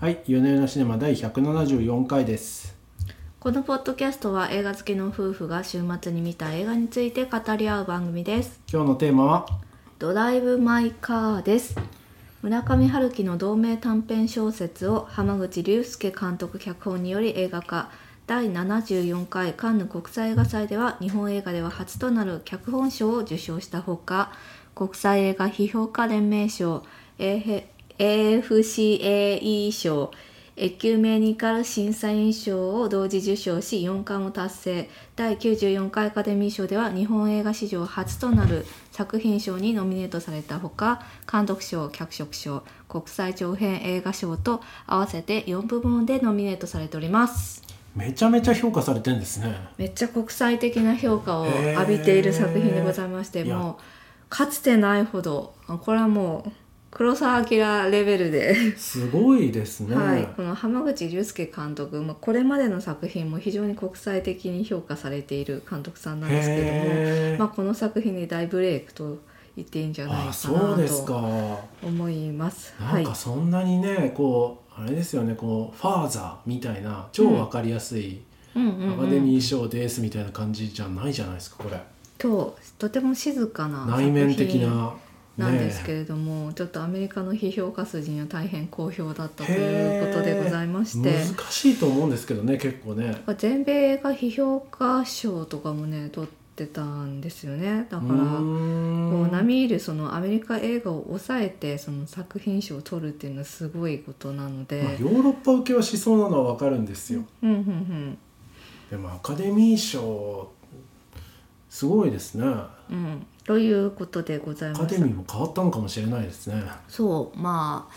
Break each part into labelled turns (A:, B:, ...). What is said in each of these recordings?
A: はい、夜の夜のシネマ第174回です。
B: このポッドキャストは映画好きの夫婦が週末に見た映画について語り合う番組です
A: 今日のテーマは、
B: ドライブ・マイ・カーです村上春樹の同名短編小説を浜口竜介監督脚本により映画化第74回カンヌ国際映画祭では日本映画では初となる脚本賞を受賞したほか国際映画批評家連盟賞 AF- AFCAE 賞エキュメニカル審査員賞を同時受賞し4冠を達成第94回アカデミー賞では日本映画史上初となる作品賞にノミネートされたほか監督賞脚色賞国際長編映画賞と合わせて4部門でノミネートされております
A: めちゃめちゃ評価されてんですね。
B: めっちゃ国際的な評価を浴びている作品でございまし
A: へ
B: て
A: ーいや
B: もうかつてないほどこれはもう黒澤明レベルで。
A: すごいですね。
B: はい、この浜口竜介監督、まあ、これまでの作品も非常に国際的に評価されている監督さんなんですけれ
A: へー
B: ども、まあ、この作品で大ブレイクと言っていいんじゃないか
A: あ
B: な
A: そうです
B: と
A: か。
B: 思います。
A: な
B: は
A: ん
B: い
A: か、そんなにね、こう、あれですよね、こう、ファーザーみたいな、超わかりやすい、
B: うんうん
A: ア
B: う
A: カデ
B: ん、
A: ミー賞ですみたいな感じじゃないじゃないですか、これ。
B: 今日とても静かな作
A: 内
B: 品
A: 面的な。
B: なんですけ
A: ね
B: れども、ちょっとアメリカの批評家筋には大変好評だったということでございまして。
A: 難しいと思うんですけどね、結構ね。
B: 全米映画批評家賞とかもね取ってたんですよねだから
A: うーん
B: こう並みいるそのアメリカ映画を抑えてその作品賞を取るっていうのはすごいことなので、
A: まあ、ヨーロッパ受けはしそうなのはわかるんですよ、
B: うんうんうん
A: でもアカデミー賞すごいですねア
B: うんということでござい
A: カ
B: ま
A: デ
B: す
A: ミーも変わったのかもしれないですね
B: そうま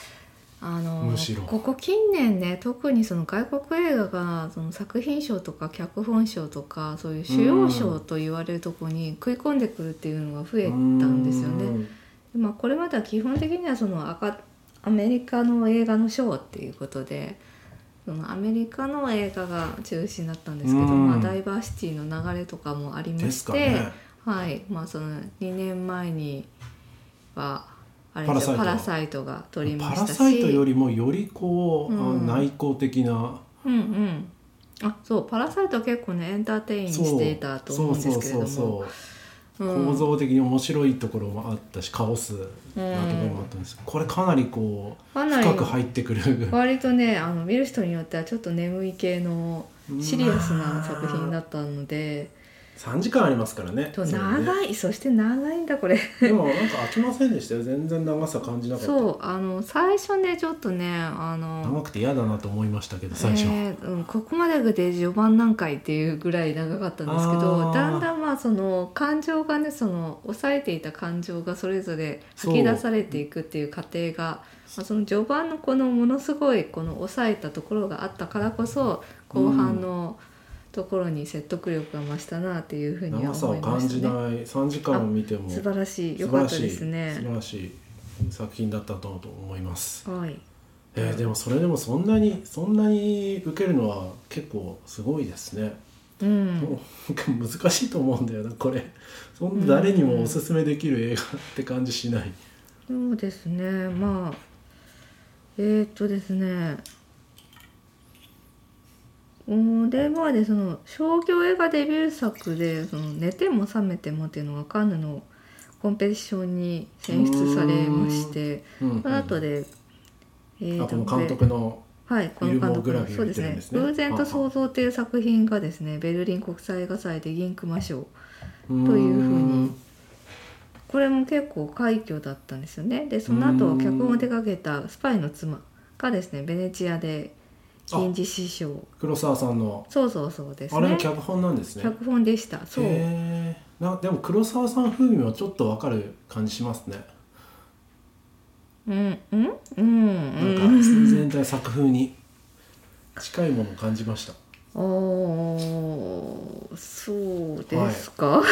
B: ああの
A: むしろ
B: ここ近年ね特にその外国映画がその作品賞とか脚本賞とかそういう主要賞と言われるとこに食い込んでくるっていうのが増えたんですよね。まあ、これまでは基本的にはそのアカアメリカの映画の賞っていうことでそのアメリカの映画が中心だったんですけど、
A: うん
B: まあ、ダイバーシティの流れとかもあり
A: う
B: ま
A: んで
B: し
A: すか
B: て、
A: ね
B: はいまあ、その2年前にはあれです
A: パ
B: よパ
A: ラ
B: ラ
A: サ
B: サイトが取りま
A: パ
B: し
A: ラ
B: たし
A: サイトよりもよりこう、あ
B: うん
A: 内向的な
B: うんうん、あそうパラサイトは結構ねエンターテインしていたと思うんですけれど
A: そうそう
B: も。
A: そうそう
B: うん
A: 構造的に面白いところもあったしカオスなところもあったんです、これかなりこう
B: かなり
A: 深く入ってくる
B: 割とねあの見る人によってはちょっと眠い系のシリアスな作品だったので、
A: 3時間ありますからね
B: そう
A: それね
B: 長いそして長いんだこれ
A: でもなんか飽きませんでしたよ全然長さ感じなかった
B: そうあの最初ねちょっとねあの
A: 長くて嫌だなと思いましたけど最初、
B: えーうん、ここまでで序盤何回っていうぐらい長かったんですけ
A: あ
B: ど
A: ー
B: だんだんまあその感情がねその抑えていた感情がそれぞれ吐き出されていくっていう過程がまあ、その序盤のこのものすごいこの抑えたところがあったからこそ後半のところに説得力が増したなっていうふうには
A: 長さ
B: 思
A: を
B: い
A: 感
B: ま
A: じ
B: した
A: な
B: ね。
A: い3時間を見ても
B: 素晴らしい良
A: 素晴
B: か
A: ら
B: った
A: しい
B: ですね
A: 素。晴らしい作品だったと思います、
B: はい。
A: えーでもそれでもそんなにそんなに受けるのは結構すごいですね、
B: う
A: も
B: ん。
A: うなんか難しいと思うんだよなこれそんな誰にもおすすめできる映画って感じしない、
B: そうですね。まあえー、っとですね。うんでまあでその商業映画デビュー作で「その寝ても覚めても」っていうのがカンヌのコンペティションに選出されまして。
A: うんうん
B: その後で、えー
A: あこの
B: と
A: 監督の
B: はいこの監督
A: ユーモグラフィー
B: そう
A: を見て
B: です
A: るん
B: ね
A: ですね
B: 偶然と想像という作品がですねベルリン国際映画祭で銀熊賞
A: と
B: というふうにこれも結構快挙だったんですよねでその
A: う
B: 後
A: ん
B: 脚本を手掛けた「スパイの妻」がですねベネチアで銀獅子賞
A: 黒沢さんの
B: そうそうそうです
A: あれも
B: ね
A: 脚本なんですね
B: 脚本でしたそう
A: へーなでも黒沢さん風味はちょっとわかる感じしますね、
B: うんうんうん
A: な
B: うんん
A: か全体作風に近いものを感じました
B: おーそうですか、 う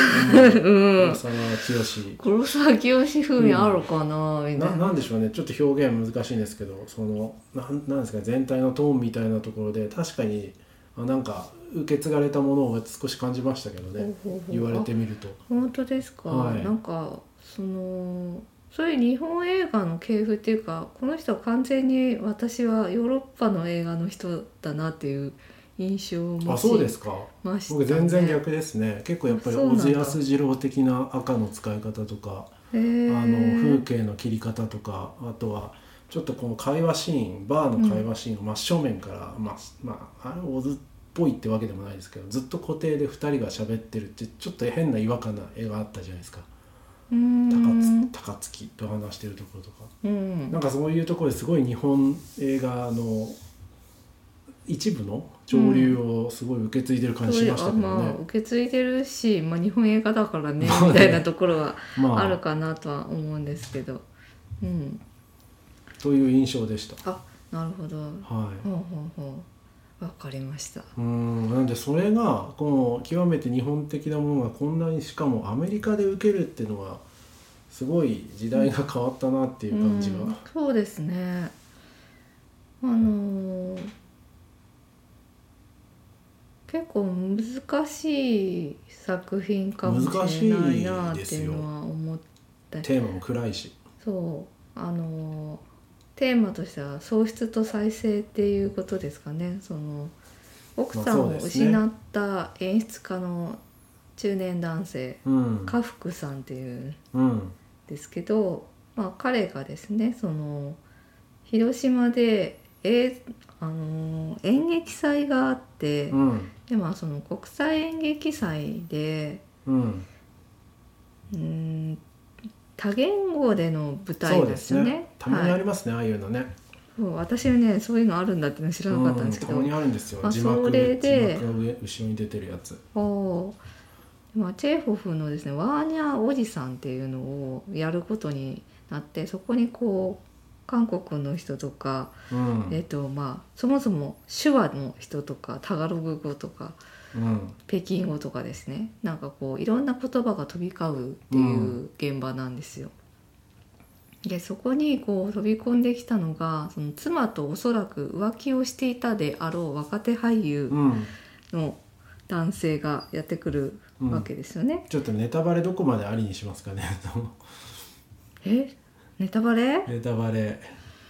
A: 黒
B: ん
A: 沢清
B: 黒沢清風味あるかな、みた
A: ない
B: な
A: なんでしょうねちょっと表現難しいんですけどそのなんなんですか全体のトーンみたいなところで確かにあなんか受け継がれたものを少し感じましたけどね
B: ほうほうほう
A: 言われてみると
B: 本当ですか、
A: はい
B: なんかそのそういう日本映画の系譜っていうかこの人は完全に私はヨーロッパの映画の人だなっていう印象を持
A: あ
B: ち
A: そうですか
B: ましたね
A: 僕全然逆ですね結構やっぱり
B: そうな
A: 小
B: んだ
A: 津安二郎的な赤の使い方とか
B: へ
A: あ
B: ー
A: の風景の切り方とかあとはちょっとこの会話シーンバーの会話シーンを真正面から、まあまあ、あれ小津っぽいってわけでもないですけどずっと固定で2人が喋ってるってちょっと変な違和感な絵があったじゃないですか
B: うーん
A: 高津高槻と話してるところとか
B: うん
A: なんかそういうところですごい日本映画の一部の潮流をすごい受け継いでる感じしましたけどね、
B: そういうあまあ、受け継いでるし、まあ、日本映画だからね
A: まあね
B: みたいなところは
A: まあ
B: あるかなとは思うんですけど、うん
A: という印象でした
B: あなるほどほ
A: は
B: うほうほうわかりました
A: いうんなんでそれがこの極めて日本的なものがこんなにしかもアメリカで受けるっていうのはすごい時代が変わったなっていう感じが、
B: うんそうですねあのー結構難しい作品かもしれないな
A: 難しい
B: っ
A: で
B: て
A: す
B: い
A: よ
B: うのは思って
A: テーマも暗いし
B: そうあのテーマとしては喪失と再生っていうことですかねその奥さん
A: まあそう
B: を
A: ですね
B: 失った演出家の中年男性
A: うん
B: 家福さんっていうん
A: うん
B: ですけど、まあ、彼がですねその広島で、えあの演劇祭があって、
A: うん
B: でまあその国際演劇祭で
A: うん
B: うーん多言語での舞台
A: そう
B: で
A: ですす
B: よ
A: ね
B: ね。
A: たまに
B: は
A: あ
B: い
A: りますね、ああいうのね
B: そう私はねそういうのあるんだっていうの知らなかったんですけど、
A: うんたまにあるんですよ、
B: まあ
A: 字幕
B: それで
A: 字幕が上後ろに出てるやつ
B: おーまあ、チェーホフのですねワーニャおじさんっていうのをやることになってそこにこう韓国の人とか、
A: うん
B: えっとまあ、そもそも手話の人とかタガログ語とか
A: うん
B: 北京語とかですねなんかこういろんな言葉が飛び交うっていう現場なんですよ。でそこにこう飛び込んできたのがその妻とおそらく浮気をしていたであろう若手俳優
A: うん
B: の男性がやってくるわけですよね。
A: ちょっとネタバレどこまでありにしますかね
B: えネタバレ
A: ネタバレ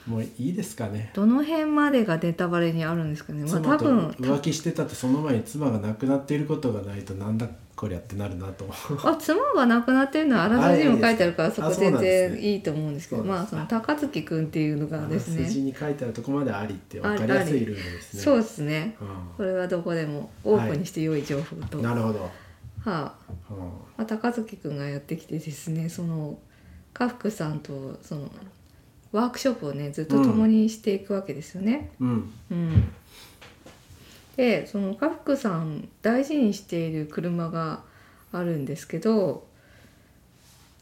A: もういいですかね
B: どの辺までがネタバレにあるんですかね、まあ、
A: 妻
B: 多
A: と
B: 分
A: 浮気してたってその前に妻が亡くなっていることがないとなんだこりゃってなるなと
B: あ妻が亡くなってるのはあらすじにも書いてあるからそ
A: あ
B: こ
A: いいですねあそう
B: 全
A: なんです
B: 然
A: ね
B: いいと思うんですけど
A: そうな
B: ま
A: ん
B: あ
A: です
B: その高槻君っていうのがです
A: あらす
B: ね
A: じに書いてあるとこまでありって分かりやすいルールですね
B: そうですねこ
A: う
B: れはどこでもオープンにして良い情報と、
A: ん、
B: は
A: なるほど、
B: あ
A: う
B: まあ、高槻君がやってきてですねその家福さんとそのワークショップをねずっと共にしていくわけですよね。
A: んうん
B: うんでその家福さん大事にしている車があるんですけど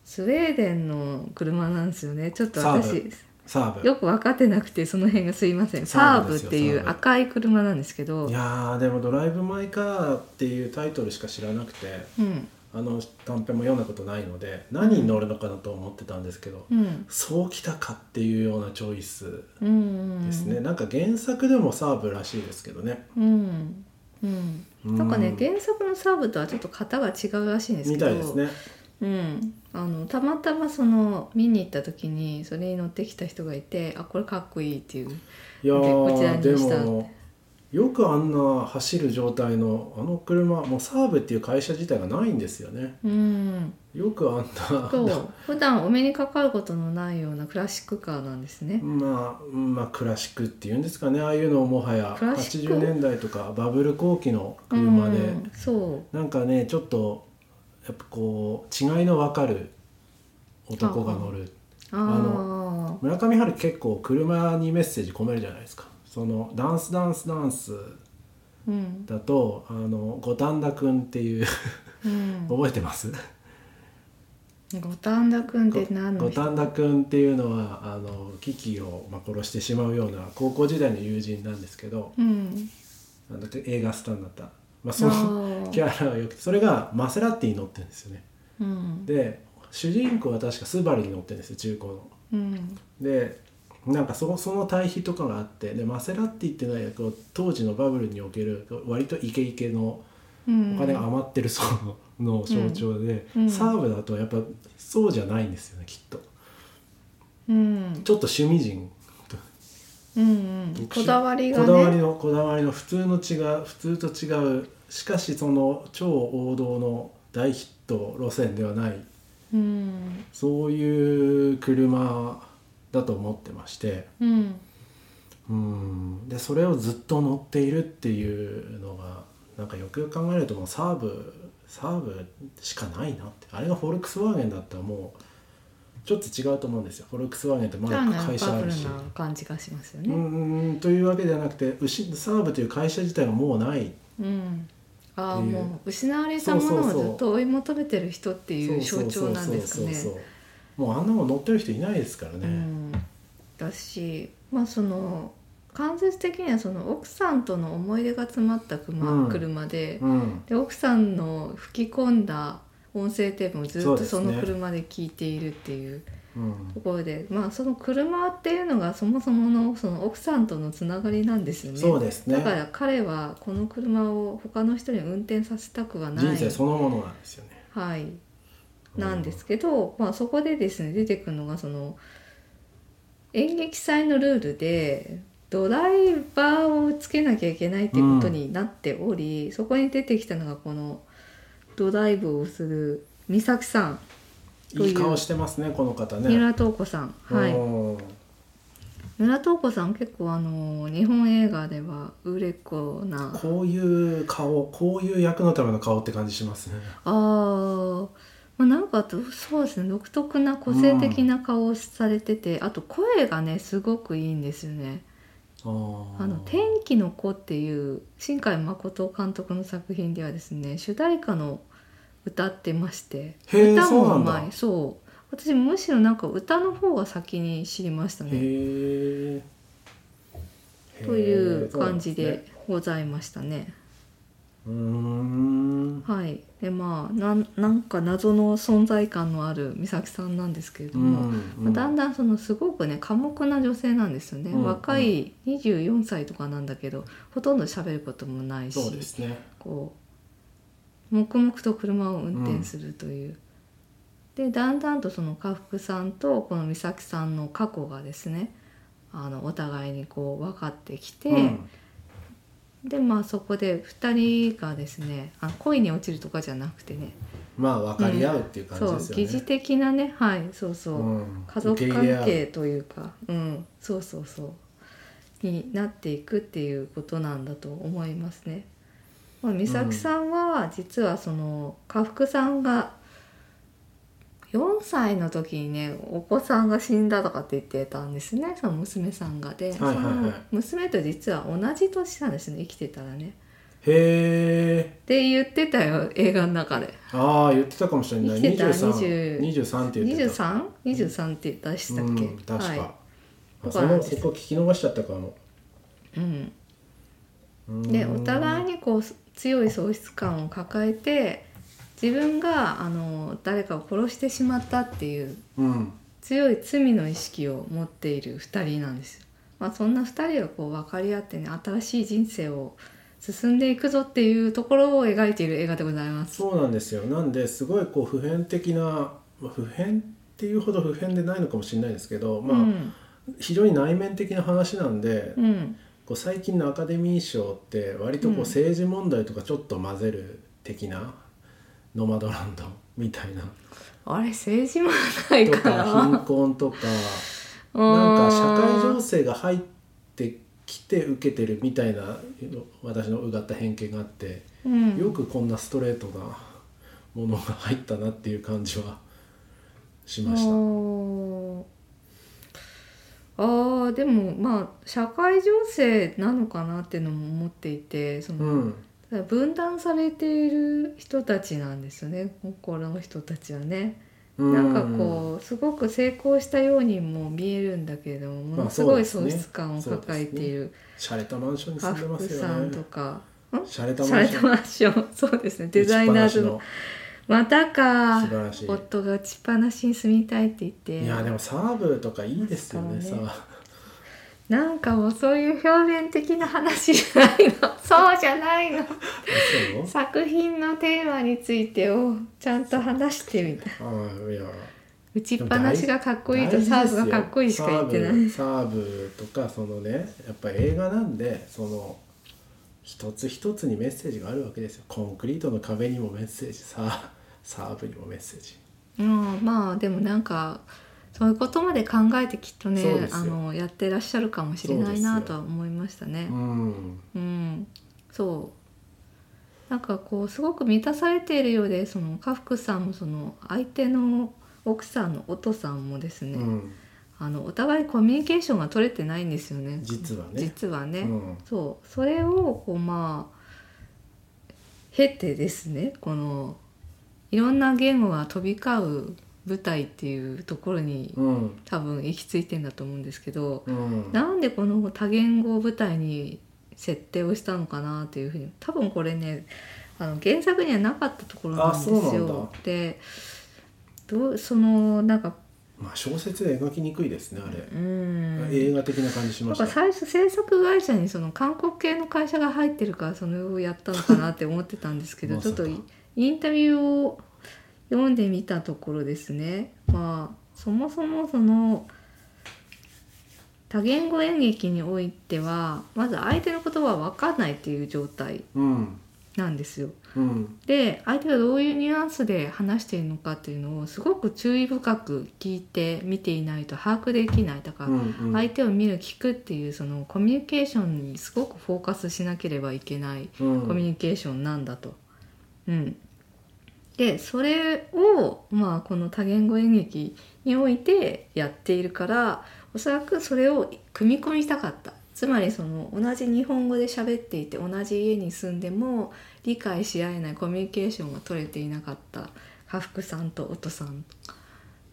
B: スウェーデンの車なんですよねちょっと
A: サー
B: 私
A: サーブ
B: よく分かってなくてその辺がすいませんサ
A: サ
B: ー
A: ー
B: ブ
A: ブ
B: っ
A: ですよ
B: てい
A: サー
B: う
A: ブ
B: 赤い車なんですけど
A: いやーでも「ドライブ・マイ・カー」っていうタイトルしか知らなくて
B: うん
A: あの短編も読んだことないので何に乗るのかなと思ってたんですけど、
B: うん
A: そうきたかっていうようなチョイス
B: うん
A: ですね、なんか原作でもサーブらしいですけどね
B: うんうん
A: うん
B: なんかね原作のサーブとはちょっと型が違うらしいんですけ
A: み
B: ど
A: たいですね
B: うん、あのたまたまその見に行った時にそれに乗ってきた人がいてあこれかっこいいっていう
A: いやー
B: こちらに
A: で
B: した
A: もよくあんな走る状態のあの車もうサーブっていう会社自体がないんですよね
B: うん
A: よくあん
B: と
A: な
B: 普段お目にかかることのないようなクラシックカーなんですね
A: まあまあクラシックっていうんですかねああいうのをもはや
B: クラシック
A: 80年代とかバブル後期の車で、
B: うん、そ
A: なんかねちょっとやっぱこう違いの分かる男が乗る
B: うあ
A: あ
B: あ
A: 村上春樹結構車にメッセージ込めるじゃないですかそのダンスダンスダンス
B: うん
A: だとあの五反田くんっていう
B: うん
A: 覚えてます
B: 五反田君って何の
A: 五
B: 人
A: 反田くんっていうのはあのキキをまあ殺してしまうような高校時代の友人なんですけど
B: うん
A: あの映画スターになった、まあ、その
B: あ
A: キ
B: あ
A: ャラがよくてそれがマセラティに乗ってるんですよね
B: うん
A: で主人公は確かスバルに乗ってるんですよ中古の
B: うん
A: でなんかそその対比とかがあってでマセラティっていうのはこう当時のバブルにおける割とイケイケの
B: うん
A: お金が余ってる層の象徴で、
B: うんうん
A: サーブだとやっぱそうじゃないんですよねきっと。
B: うん
A: ちょっと趣味人
B: うんうんこだわりがね
A: こだわりのこだわりの普通の違う普通と違うしかしその超王道の大ヒット路線ではない
B: うん
A: そういう車だと思ってまして
B: うん
A: うんでそれをずっと乗っているっていうのがなんかよくよく考えるともうサーブサーブしかないなってあれがフォルクスワーゲンだったらもうちょっと違うと思うんですよフォルクスワーゲンってま
B: じゃあな
A: だ
B: んか
A: 会社
B: パー
A: あ
B: プ
A: る
B: ル
A: し。
B: な感じがしますよ
A: う
B: ね
A: んというわけではなくてうしサーブという会社自体がもうない
B: うんああ
A: っていう
B: もう失われたもの
A: そうそうそう
B: をずっと追い求めてる人っていう
A: そ
B: 象
A: うそ
B: 徴
A: う
B: なん
A: そう
B: です
A: そう
B: かね
A: そうそうもうあんなもん乗ってる人いないですから
B: う
A: ね、
B: んだしまあその間接的にはその奥さんとの思い出が詰まった車,、
A: うん
B: 車で
A: うん
B: で奥さんの吹き込んだ音声テープもずっ
A: そう
B: と
A: です
B: そ
A: ね
B: の車で聞いているっていう
A: うん
B: ところでまあその車っていうのがそもそものその奥さんとのつながりなんですよね
A: そうですね
B: だから彼はこの車を他の人に運転させたくはな
A: 人
B: い
A: 生そのものなんですよね
B: はい、
A: うん
B: なんですけど、まあ、そこでですね出てくるのがその演劇祭のルールでドライバーをつけなきゃいけないっていうことになっており、そこに出てきたのがこのドライブをする美咲さん、
A: いい顔してますねこの方
B: 三
A: ね
B: 浦透子さん。はい、
A: うん
B: 三浦透子さん結構あの日本映画では売れっ子な
A: こういう顔こういう役のための顔って感じしますね
B: あー、まあ、なんかどそうですね独特な個性的な顔をされてて、あと声がねすごくいいんですよね。
A: あー
B: あの「天気の子」っていう新海誠監督の作品ではですね主題歌の歌ってまして
A: へー
B: 歌もう
A: そうな
B: ま
A: んだ
B: いそう私むしろなんか歌の方が先に知りましたね。
A: へえ
B: という感じでございましたね。
A: うーん
B: はい、でまあなんなんか謎の存在感のある美咲さんなんですけれども、まあだんだんそのすごくね寡黙な女性なんですよね、
A: うん
B: 若い24歳とかなんだけどほとんど喋ることもないし
A: そうですね
B: こう黙々と車を運転するという、でだんだんとその家福さんとこの美咲さんの過去がですねあのお互いにこう分かってきて、
A: うん
B: でまあそこで2人がですねあ恋に落ちるとかじゃなくてね
A: まあ分かり合うっていう感じ
B: そ
A: で
B: う
A: すよね
B: 疑似的なねはいそうそう、
A: うん
B: 家族
A: 受け入れ合
B: 関
A: う
B: 係というかうんそうそうそうになっていくっていうことなんだと思いますね。まあ、美咲さんは実はその家福さんが4歳の時にねお子さんが死んだとかって言ってたんですねその娘さんがで、
A: はいはいはい
B: その娘と実は同じ年なんですね生きてたらね。
A: へえ
B: って言ってたよ映画の中で。
A: ああ言ってたかもしれない
B: 生きてた
A: 23 23って言ってた
B: 23?23 23って出したっけ、
A: うん、確か、
B: はい
A: あ
B: だか
A: そ
B: ら
A: のここ聞き逃しちゃったかも
B: うん、で
A: で
B: お互い
A: に
B: にこう強い喪失感を抱えて自分があの誰かを殺してしまったっていう
A: うん
B: 強い罪の意識を持っている2人なんですよ。まあ、そんな2人がこう分かり合ってね新しい人生を進んでいくぞっていうところを描いている映画でございます。
A: そうなんですよなんですごいこう普遍的なまあ普遍っていうほど普遍でないのかもしれないですけど、まあ
B: うん
A: 非常に内面的な話なんで、
B: うん
A: こう最近のアカデミー賞って割とこ
B: う
A: うん政治問題とかちょっと混ぜる的な「ノマドランド」みたいな
B: あれ政治もない
A: と
B: か
A: か貧
B: な。
A: 困 とか。
B: な
A: なんか社会情勢が入ってきて受けてるみたいな私のうがった偏見があって
B: うん、
A: よくこんなストレートなものが入ったなっていう感じはしました。
B: おーあーでもまあ社会情勢なのかなっていうのも思っていてその、
A: うん、
B: 分断されている人たちなんですよね心の人たちはね、
A: うん
B: なんかこうすごく成功したようにも見えるんだけれどもも
A: ま
B: の
A: あ
B: す
A: そ
B: ご
A: う
B: い
A: です
B: 喪
A: ね
B: 失感を抱えている
A: 洒落たマンションに
B: 家
A: 住んでま
B: 福
A: すよ
B: さん
A: ね
B: と。か
A: 洒落た
B: さ
A: マン
B: れ
A: シ
B: た
A: ョン
B: マンション そうですねデザイナーズの
A: 打ち
B: また
A: っぱ
B: か
A: なしの素晴らしい。
B: 夫が打ちっぱなしに住みたいって言って
A: いやでもサーブとかいいですよね。
B: そ
A: サ
B: うね
A: ー
B: なんかもうそういう表面的な話じゃないの そうじゃないの
A: ブ
B: 作品のテーマについてをちゃんと話してみたい
A: そう。ああいや
B: 打ちっぱなしがかっこいいとサーブがかっこいいしか言ってない
A: サーブサーブとかそのねやっぱり映画なんでその一つ一つにメッセージがあるわけですよコンクリートの壁にもメッセージさサーブにもメッセージ
B: うんまあでもなんかそういうことまで考えてきっと
A: そう
B: ね
A: ですよ
B: あのやってらっしゃるかもしれないなとは思いましたね
A: う。ん
B: うん、そうなんかこうすごく満たされているようでその家福さんもその相手の奥さんのおとさんもです
A: う
B: ね、
A: ん
B: あのお互いコミュニケーションが取れてないんですよね
A: 実はね
B: 実はね、
A: うん
B: そうそれをこうまあ経てですねこのいろんな言語が飛び交う舞台っていうところに
A: うん
B: 多分行き着いてんだと思うんですけど、
A: うん
B: なんでこの多言語を舞台に設定をしたのかなというふうに多分これねあの原作にはなかったところなんです
A: あそうなん
B: よ
A: だ。
B: でどうそのなんか
A: まあ小説で描きにくいですねあれ
B: う、ん
A: 映画的な感じし
B: な
A: ま
B: ん
A: し
B: か
A: た
B: 最初制作会社にその韓国系の会社が入ってるからそれをやったのかなって思ってたんですけど
A: ま
B: ち
A: さ
B: ょっ
A: か
B: とイインタビューを読んでみたところですねまあそもそもその多言語演劇においてはまず相手の言葉は分かんないっていう状態
A: うん
B: なんですよ。
A: うん
B: で相手がどういうニュアンスで話しているのかっていうのをすごく注意深く聞いて見ていないと把握できないだから
A: うんうん
B: 相手を見る聞くっていうそのコミュニケーションにすごくフォーカスしなければいけない
A: うん
B: コミュニケーションなんだと。うん、でそれを、まあ、この多言語演劇においてやっているからおそらくそれを組み込みしたかった。つまりその同じ日本語で喋っていて同じ家に住んでも理解し合えないコミュニケーションが取れていなかった家福さんと音さん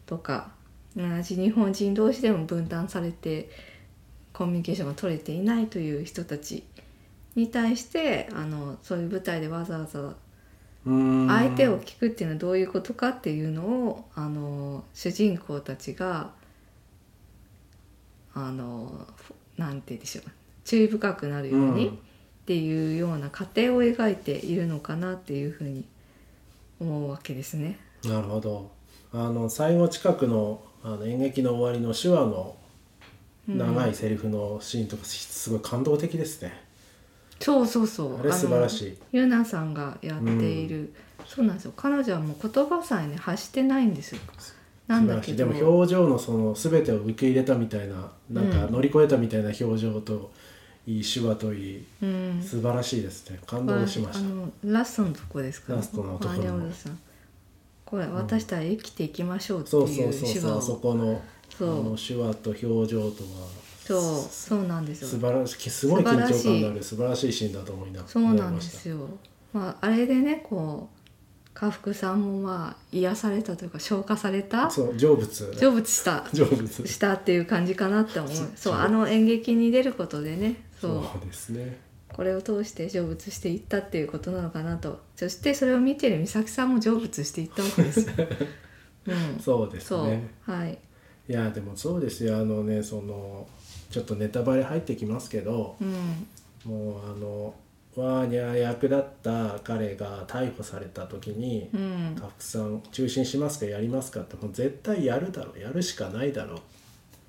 B: とか同じ日本人同士でも分断されてコミュニケーションが取れていないという人たちに対してあのそういう舞台でわざわざ
A: うん
B: 相手を聞くっていうのはどういうことかっていうのをあの主人公たちがあのなんて言うんでしょう注意深くなるようにっていうような過程を描いているのかなっていうふうに思うわけですね。
A: うんなるほどあの最後近くのあの演劇の終わりの手話の
B: うん
A: 長いセリフのシーンとかすごい感動的ですね、
B: そうそうそう
A: あれ素晴らし
B: あの
A: い
B: ゆなさんがやっている、そうなんですよ彼女はもう言葉さえね発してないんですよなんだけど
A: 素晴らしいでも表情のその全てを受け入れたみたいななんか
B: うん
A: 乗り越えたみたいな表情といい手話といい
B: うん
A: 素晴らしいですね感動しまし
B: あ
A: た
B: のラストのとこですか
A: ラストのところ
B: あれおじさんこれ私たち生きていきましょうって
A: そう
B: い
A: そう
B: う
A: そう
B: 手
A: そ
B: 話
A: う
B: を
A: あそこのあ
B: そう
A: の手話と表情とは
B: そうそうなんですよ
A: 素晴らしいすごい緊張感のある素晴らしいシーンだと思いな
B: そうなんで
A: 思いまし
B: すよ。まああれでねこう家福さんもまあ癒されたというか消化され
A: た
B: た
A: そう成仏
B: 成仏した
A: 成仏
B: したっていう感じかなって思う
A: そう。
B: そうあの演劇に出ることでねそう
A: そうですね
B: これを通して成仏していったっていうことなのかなとそしてそれを見てる美咲さんも成仏していったわ けですよ。うん、
A: そうです
B: そう、
A: ね
B: はい、
A: いやでもそうですよあのねそのちょっとネタバレ入ってきますけど
B: うん、
A: もうあのわーにゃー役立った彼が逮捕された時に
B: う
A: 「
B: ん
A: 家、福さん中心しますかやりますか?」ってもう絶対やるだろやるしかないだろっ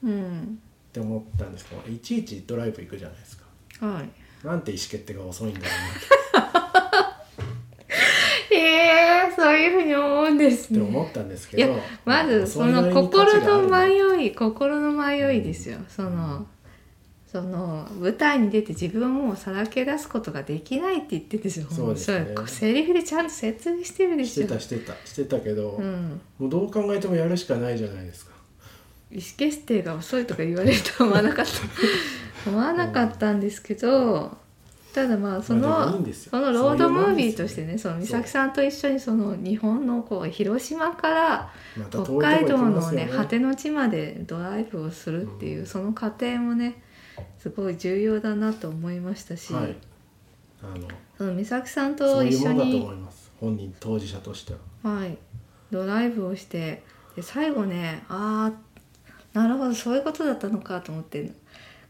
B: うん、
A: て思ったんですけどいちいちドライブ行くじゃないですか。
B: はい。
A: なんて意思決定が遅いんだろ
B: ええそういうふうに思うんです
A: うな
B: ね
A: って。思ったんですけ
B: いや
A: ど
B: まず
A: 遅
B: そ
A: い
B: の
A: 割に価値
B: 心
A: があ
B: の
A: る
B: 迷い心の迷いですよ、そのその舞台に出て自分をもうさらけ出すことができないって言ってるでしょ
A: そうですね
B: れセリフでちゃんと説明してるで
A: し
B: しょ
A: てたしてたしてたけど、
B: うん、
A: もうどう考えてもやるしかないじゃないですか。
B: 意思決定が遅いとか言われるとは思わなかっ た思わなかったんですけどただまあその、
A: まあでもいいんですよ
B: そのロードムービーとしてね
A: そ
B: そう
A: いう
B: の
A: もん
B: 美
A: ですよね
B: 咲さんと一緒にその日本のこう広島から
A: また遠いと
B: 北
A: こ
B: 海
A: 行
B: 道
A: きま
B: の
A: すよ
B: ね
A: ね
B: 果ての地までドライブをするっていう、
A: うん
B: その過程もねすごい重要だなと思いましたし、
A: はい、あの
B: その美咲さん
A: そ
B: と
A: ういう
B: 一
A: も
B: 緒
A: んだと
B: に
A: 思います本人当事者としては。
B: はい、ドライブをしてで最後ねああなるほどそういうことだったのかと思って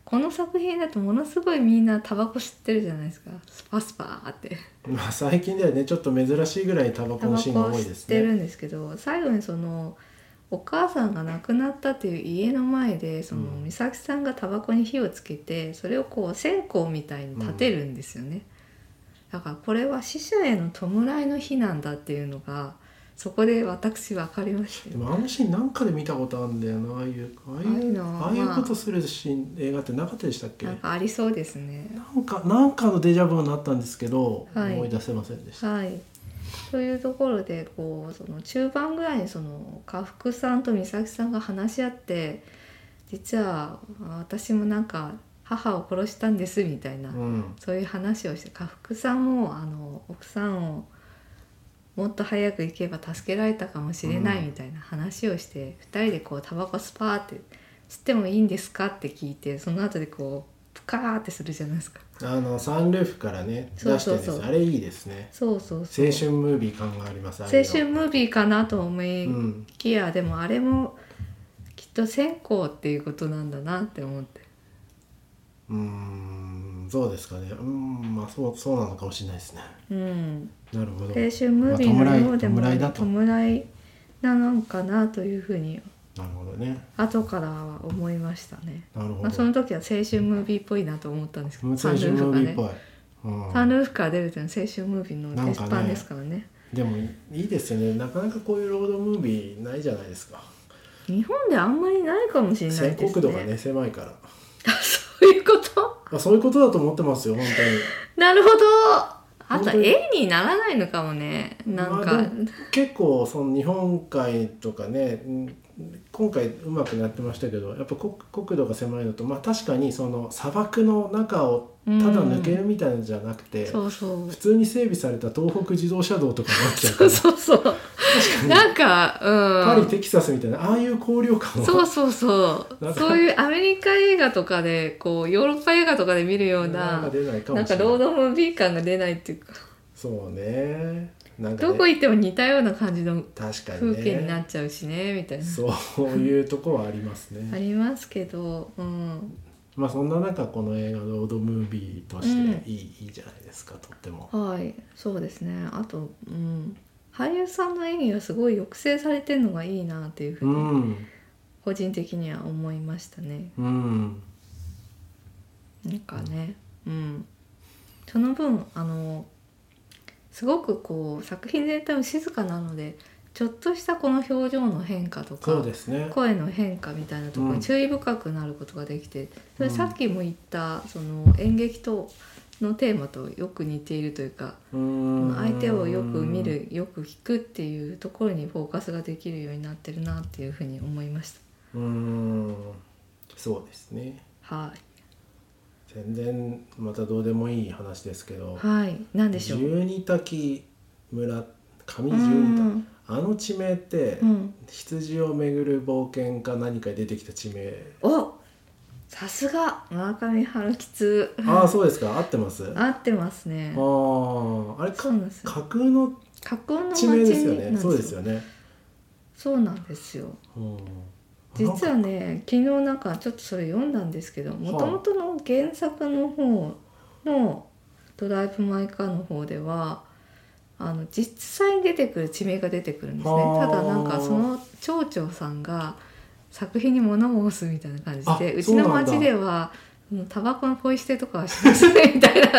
B: この作品だとものすごいみんなタバコ吸ってるじゃないですかスパスパーって
A: まあ最近ではねちょっと珍しいぐらいタバコ
B: タバ
A: の
B: コ
A: シーンが
B: を
A: 多いで
B: 吸っ
A: す
B: てる
A: ね。
B: んですけど最後にそのお母さんが亡くなったという家の前でその
A: うん
B: 美咲さんがタバコに火をつけてそれをこう線香みたいに立てるんですよね、だからこれは死者への弔いの日なんだっていうのがそこで私分かりました
A: で
B: よ
A: もあのシーンなんかで見たことあるんだよなああいうああい
B: ああいう
A: う
B: のはまあ
A: ああいうことするシーン映画ってなかったでしたっけ
B: なんかありそうですね
A: なんかなんかのデジャブになったんですけど、
B: はい
A: 思い出せませんでした、
B: はい。というところでこうその中盤ぐらいにその家福さんと美咲さんが話し合って実はあ私もなんか母を殺したんですみたいな、
A: うん
B: そういう話をして家福さんもあの奥さんをもっと早く行けば助けられたかもしれないみたいな話をして、2人でこうタバコスパーって吸ってもいいんですかって聞いてその後でこうプカーってするじゃないですか。
A: あのサンルーフからね
B: そう
A: 出して
B: そう
A: るんです
B: そう
A: あれいいですね
B: そうそうそう
A: 青春ムービー感がありますああいう
B: 青
A: の
B: 春ムービーかなと思い
A: うん
B: きや、でもあれもきっと線香っていうことなんだなって思って
A: うーんそうですかねうーんまあそうそうなのかもしれないですね
B: うん
A: なるほど
B: 青春ムービーのようでも
A: まあ弔
B: 弔
A: い弔
B: い
A: いだ
B: な
A: と
B: のかなというふうに
A: なるほどね
B: 後からは思いましたね、
A: なるほど、
B: まあ、その時は青春ムービーっぽいなと思ったんですけど
A: 青
B: サンル
A: 春
B: ー
A: ム
B: フが
A: ービーっぽい
B: ね、
A: うん
B: サンルーフから出るというのは青春ムービーの鉄
A: なんか
B: 板
A: ね
B: ですからね
A: でもいいですよねなかなかこういうロードムービーないじゃないですか
B: 日本であんまりないかもしれない
A: 全
B: ですね
A: 国度がね狭いから
B: あ そういうこと
A: まあそういうことだと思ってますよ本当に
B: なるほどあ
A: 本
B: と
A: 当に
B: 絵にならないのかもねなんか、
A: まあでも結構その日本海とかねうん今回うまくなってましたけどやっぱ国国土が狭いのと、まあ、確かにその砂漠の中をただ抜けるみたいなのじゃなくて、
B: そうそう
A: 普通に整備された東北自動車道とかになっちゃうか
B: そ
A: ら
B: うそうそうなんか
A: パ
B: う
A: リ
B: ん
A: テキサスみたいなああいう交流感は
B: そうそうそ
A: な
B: うん
A: か
B: そういうアメリカ映画とかでこうヨーロッパ映画とかで見るよう
A: なんか
B: な
A: 出ないか
B: な
A: も
B: ん
A: し
B: か
A: れない
B: ロードムービー感が出ないっていうか
A: そうねなんかね
B: どこ行っても似たような感じの
A: 確かにね
B: 風景になっちゃうしねみたいな
A: そういうとこはありますね、
B: ありますけどうん
A: まあそんな中この映画ロードムービーとしていい,、いいじゃないですかとっても
B: はいそうですねあとうん俳優さんの演技がすごい抑制されてるのがいいなっていうふ
A: う
B: うに
A: ん
B: 個人的には思いましたね
A: うん
B: なんかねうんその分あのすごくこう作品全体も静かなのでちょっとしたこの表情の変化と
A: そう
B: か
A: ですね
B: 声の変化みたいなところ
A: う
B: に
A: ん
B: 注意深くなることができて、それ
A: うん
B: さっきも言ったその演劇とのテーマとよく似ているというか、
A: うん
B: 相手をよく見るよく聞くっていうところにフォーカスができるようになってるなっていうふうに思いまし
A: うんそうですね
B: たはい、
A: 全然またどうでもいい話ですけど
B: はい、何でしょう
A: 十二滝村上十二
B: う
A: 滝
B: ん
A: あの地名って、
B: うん
A: 羊をめぐる冒険か何かに出てきた地名
B: おさすが村上春吉
A: ああそうですか合ってますあ
B: 合ってますね
A: ああれ
B: そ
A: か
B: うなんですよ
A: 架空の
B: 架空の
A: 地
B: 町
A: 名ですよ
B: になん
A: ねそうですよね、
B: そうなんですよ
A: うん、
B: 実
A: は
B: はね昨日なんかちょっとそれ読んだんですけどもともとの原作の方の「ドライブ・マイ・カー」の方ではあの実際に出てくる地名が出てくるんですね
A: は
B: た
A: あ
B: だなんかその町長さんが作品に物を申すみたいな感じで
A: あ
B: うちの
A: そうなんだ
B: 町ではそのタバコのポイ捨てとかはしませんみた いな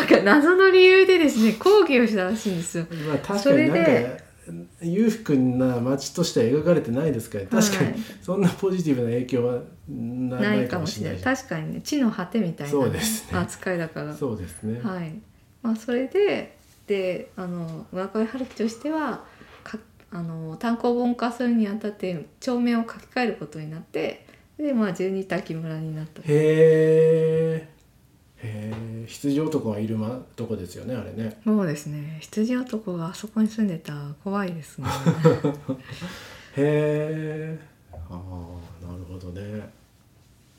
B: なんか謎の理由でですね抗議をしたらしいんですよ。
A: まあ、確
B: そ
A: か
B: れ
A: に
B: で
A: なんか裕福な街としては描かれてないですから確か
B: はい
A: にそんなポジティブな影響は な
B: な
A: ない
B: い
A: か
B: か
A: も
B: も
A: し
B: し
A: れ
B: れ
A: な
B: ないい確かにね地の果てみたいな
A: そうですね
B: 扱いだから
A: そうですね、
B: はいまあ、それでであの村上春樹としてはかあの単行本化するにあたって帳面を書き換えることになってで、まあ、十二滝村になった
A: へえへえ羊男がいる、ま、とこですよねあれね
B: そうですね羊男があそこに住んでたら怖いで すね
A: へえああなるほどね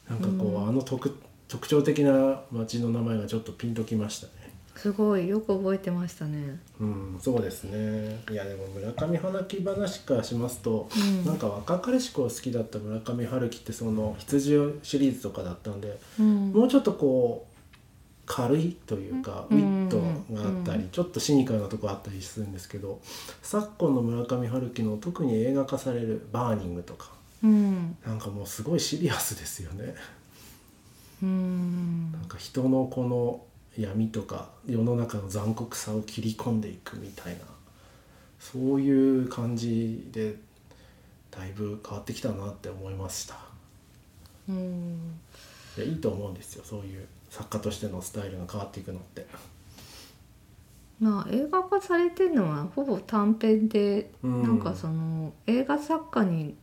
A: なんかこう、
B: うん
A: あの特特徴的な街の名前がちょっとピンときましたね
B: すごいよく覚えてましたね
A: うんそうですねいやでも村上花木話からしますと、
B: うん
A: なんか若かりし頃好きだった村上春樹ってその羊シリーズとかだったんで、
B: うん
A: もうちょっとこう軽いというか、
B: うん
A: ウィトがあったり、ちょっとシニカルなとこあったりするんですけど昨今の村上春樹の特に映画化される「バーニング」とか
B: うん
A: なんかもうすごいシリアスですよね。
B: うん
A: なんか人のこの闇とか世の中の残酷さを切り込んでいくみたいなそういう感じでだいぶ変わってきたなって思いました
B: うん
A: いやいいと思うんですよそういう作家としてのスタイルが変わっていくのって
B: まあ映画化されてるのはほぼ短編で、
A: うん
B: なんかその映画作家に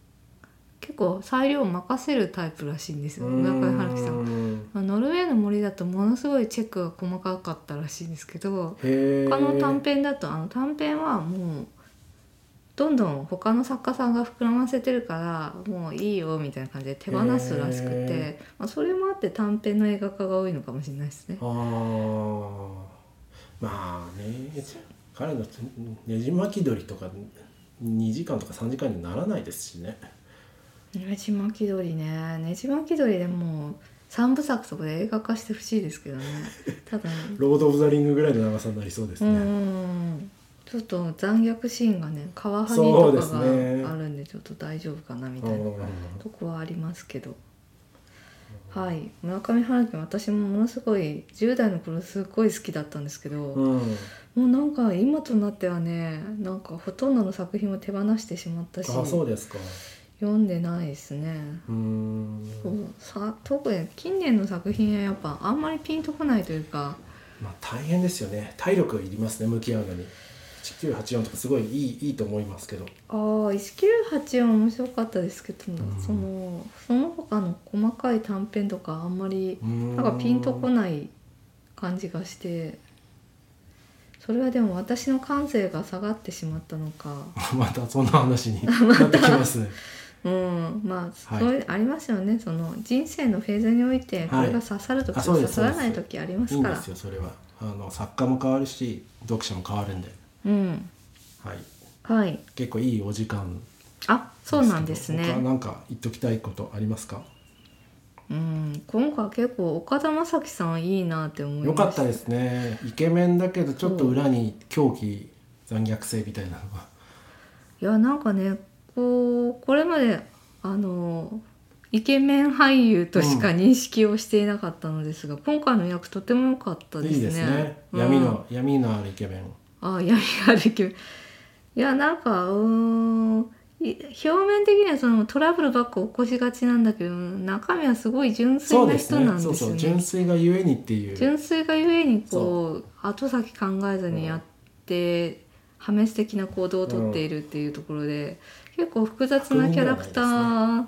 B: 結構裁量を任せるタイプらしいんですよ村上春樹さん
A: うーん
B: まあノルウェーの森だとものすごいチェックが細かかったらしいんですけど
A: へえ
B: 他の短編だとあの短編はもうどんどん他の作家さんが膨らませてるからもういいよみたいな感じで手放すらしくて
A: へ、
B: まあ、それもあって短編の映画化が多いのかもしれないですね。
A: あーまあね彼のねじ巻き鳥とか2時間とか3時間にならないですしね
B: ねじ巻き鳥ねねじ巻き鳥でも3部作とかで映画化してほしいですけどね 多分
A: ロード・オブ・ザ・リングぐらいの長さになりそうです
B: う
A: ね、
B: んちょっと残虐シーンがねカワハニ
A: そう
B: と
A: で
B: か
A: す
B: があ
A: ね
B: るんでちょっと大丈夫かなみ
A: う
B: たいなんとこはありますけどはい村上春樹私もものすごい10代の頃すごい好きだったんですけど、も
A: うん、
B: うなんか今となってはねなんかほとんどの作品を手放してしまったし
A: あそうですか
B: 読んでないですね。
A: うーん
B: そうさ特に近年の作品はやっぱあんまりピンとこないというか
A: まあ大変ですよね体力がいりますね向き合うのに1984とかすごいいいいいと思いますけど
B: ああ1984は面白かったですけど、
A: ん
B: そのその他の細かい短編とかあんまり
A: な
B: なんかピンとこ
A: い
B: ない感じがしてそれはでも私の感性が下がってしまったのか
A: またそんな話になってきますね
B: うんまあ
A: はい
B: そういうありますよねその人生のフェーズにおいてこれが刺さる時
A: あ
B: と
A: そう
B: 刺
A: です
B: さらない時ありま
A: いい
B: す
A: ん
B: か
A: で
B: ら
A: すよそれはあの作家も変わるし読者も変わるんで、
B: うん
A: はい、
B: はい
A: 結構いいお時間
B: あそうなんです
A: 他
B: ね
A: なんか言っときたいことありますか
B: うん今回結構岡田将生さんいいなって思い
A: 良
B: ま
A: か
B: し
A: ったですねイケメンだけどちょっと裏に狂気残虐性みたいなのが
B: いやなんかねこうこれまであのイケメン俳優としか認識をしていなかったのですが、今回の役とても良かったですね。
A: いいですね、
B: うん
A: 闇の闇のあるイケメン
B: あ闇あるイケメン。いやなんかうーんい表面的にはそのトラブルばっか起こしがちなんだけど中身はすごい純粋な人なんです
A: そ
B: よ
A: うそう
B: ね。
A: 純粋がゆえにっていう
B: 純粋がゆえにこう後先考えずにやって、破滅的な行動をとっているっていうところで、結構複雑なキャラクター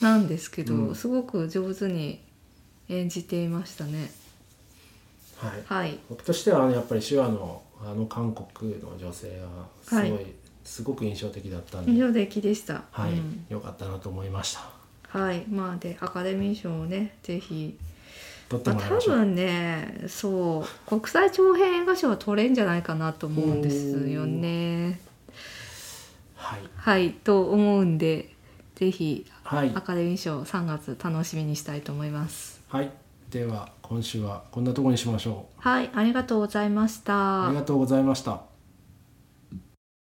B: なんですけど、
A: うん
B: すごく上手に演じていましたね。
A: はい
B: はい、
A: 僕としてはあのやっぱり手話のあの韓国の女性がすごい、
B: はい
A: すごく印象的だったんで、
B: 印象的でした。
A: はい
B: うん
A: 良かったなと思いました
B: はい、まあでアカデミー賞をねぜひ、
A: 撮って
B: まあ、
A: もらい
B: 多
A: ましょう、
B: 分ねそう国際長編映画賞は取れんじゃないかなと思うんですよね。
A: はい
B: はいと思うんでぜひ
A: はい、
B: アカデミー賞3月楽しみにしたいと思います。
A: はい、では今週はこんなところにしましょ
B: はい、ありがとうございました。
A: うありがとうございました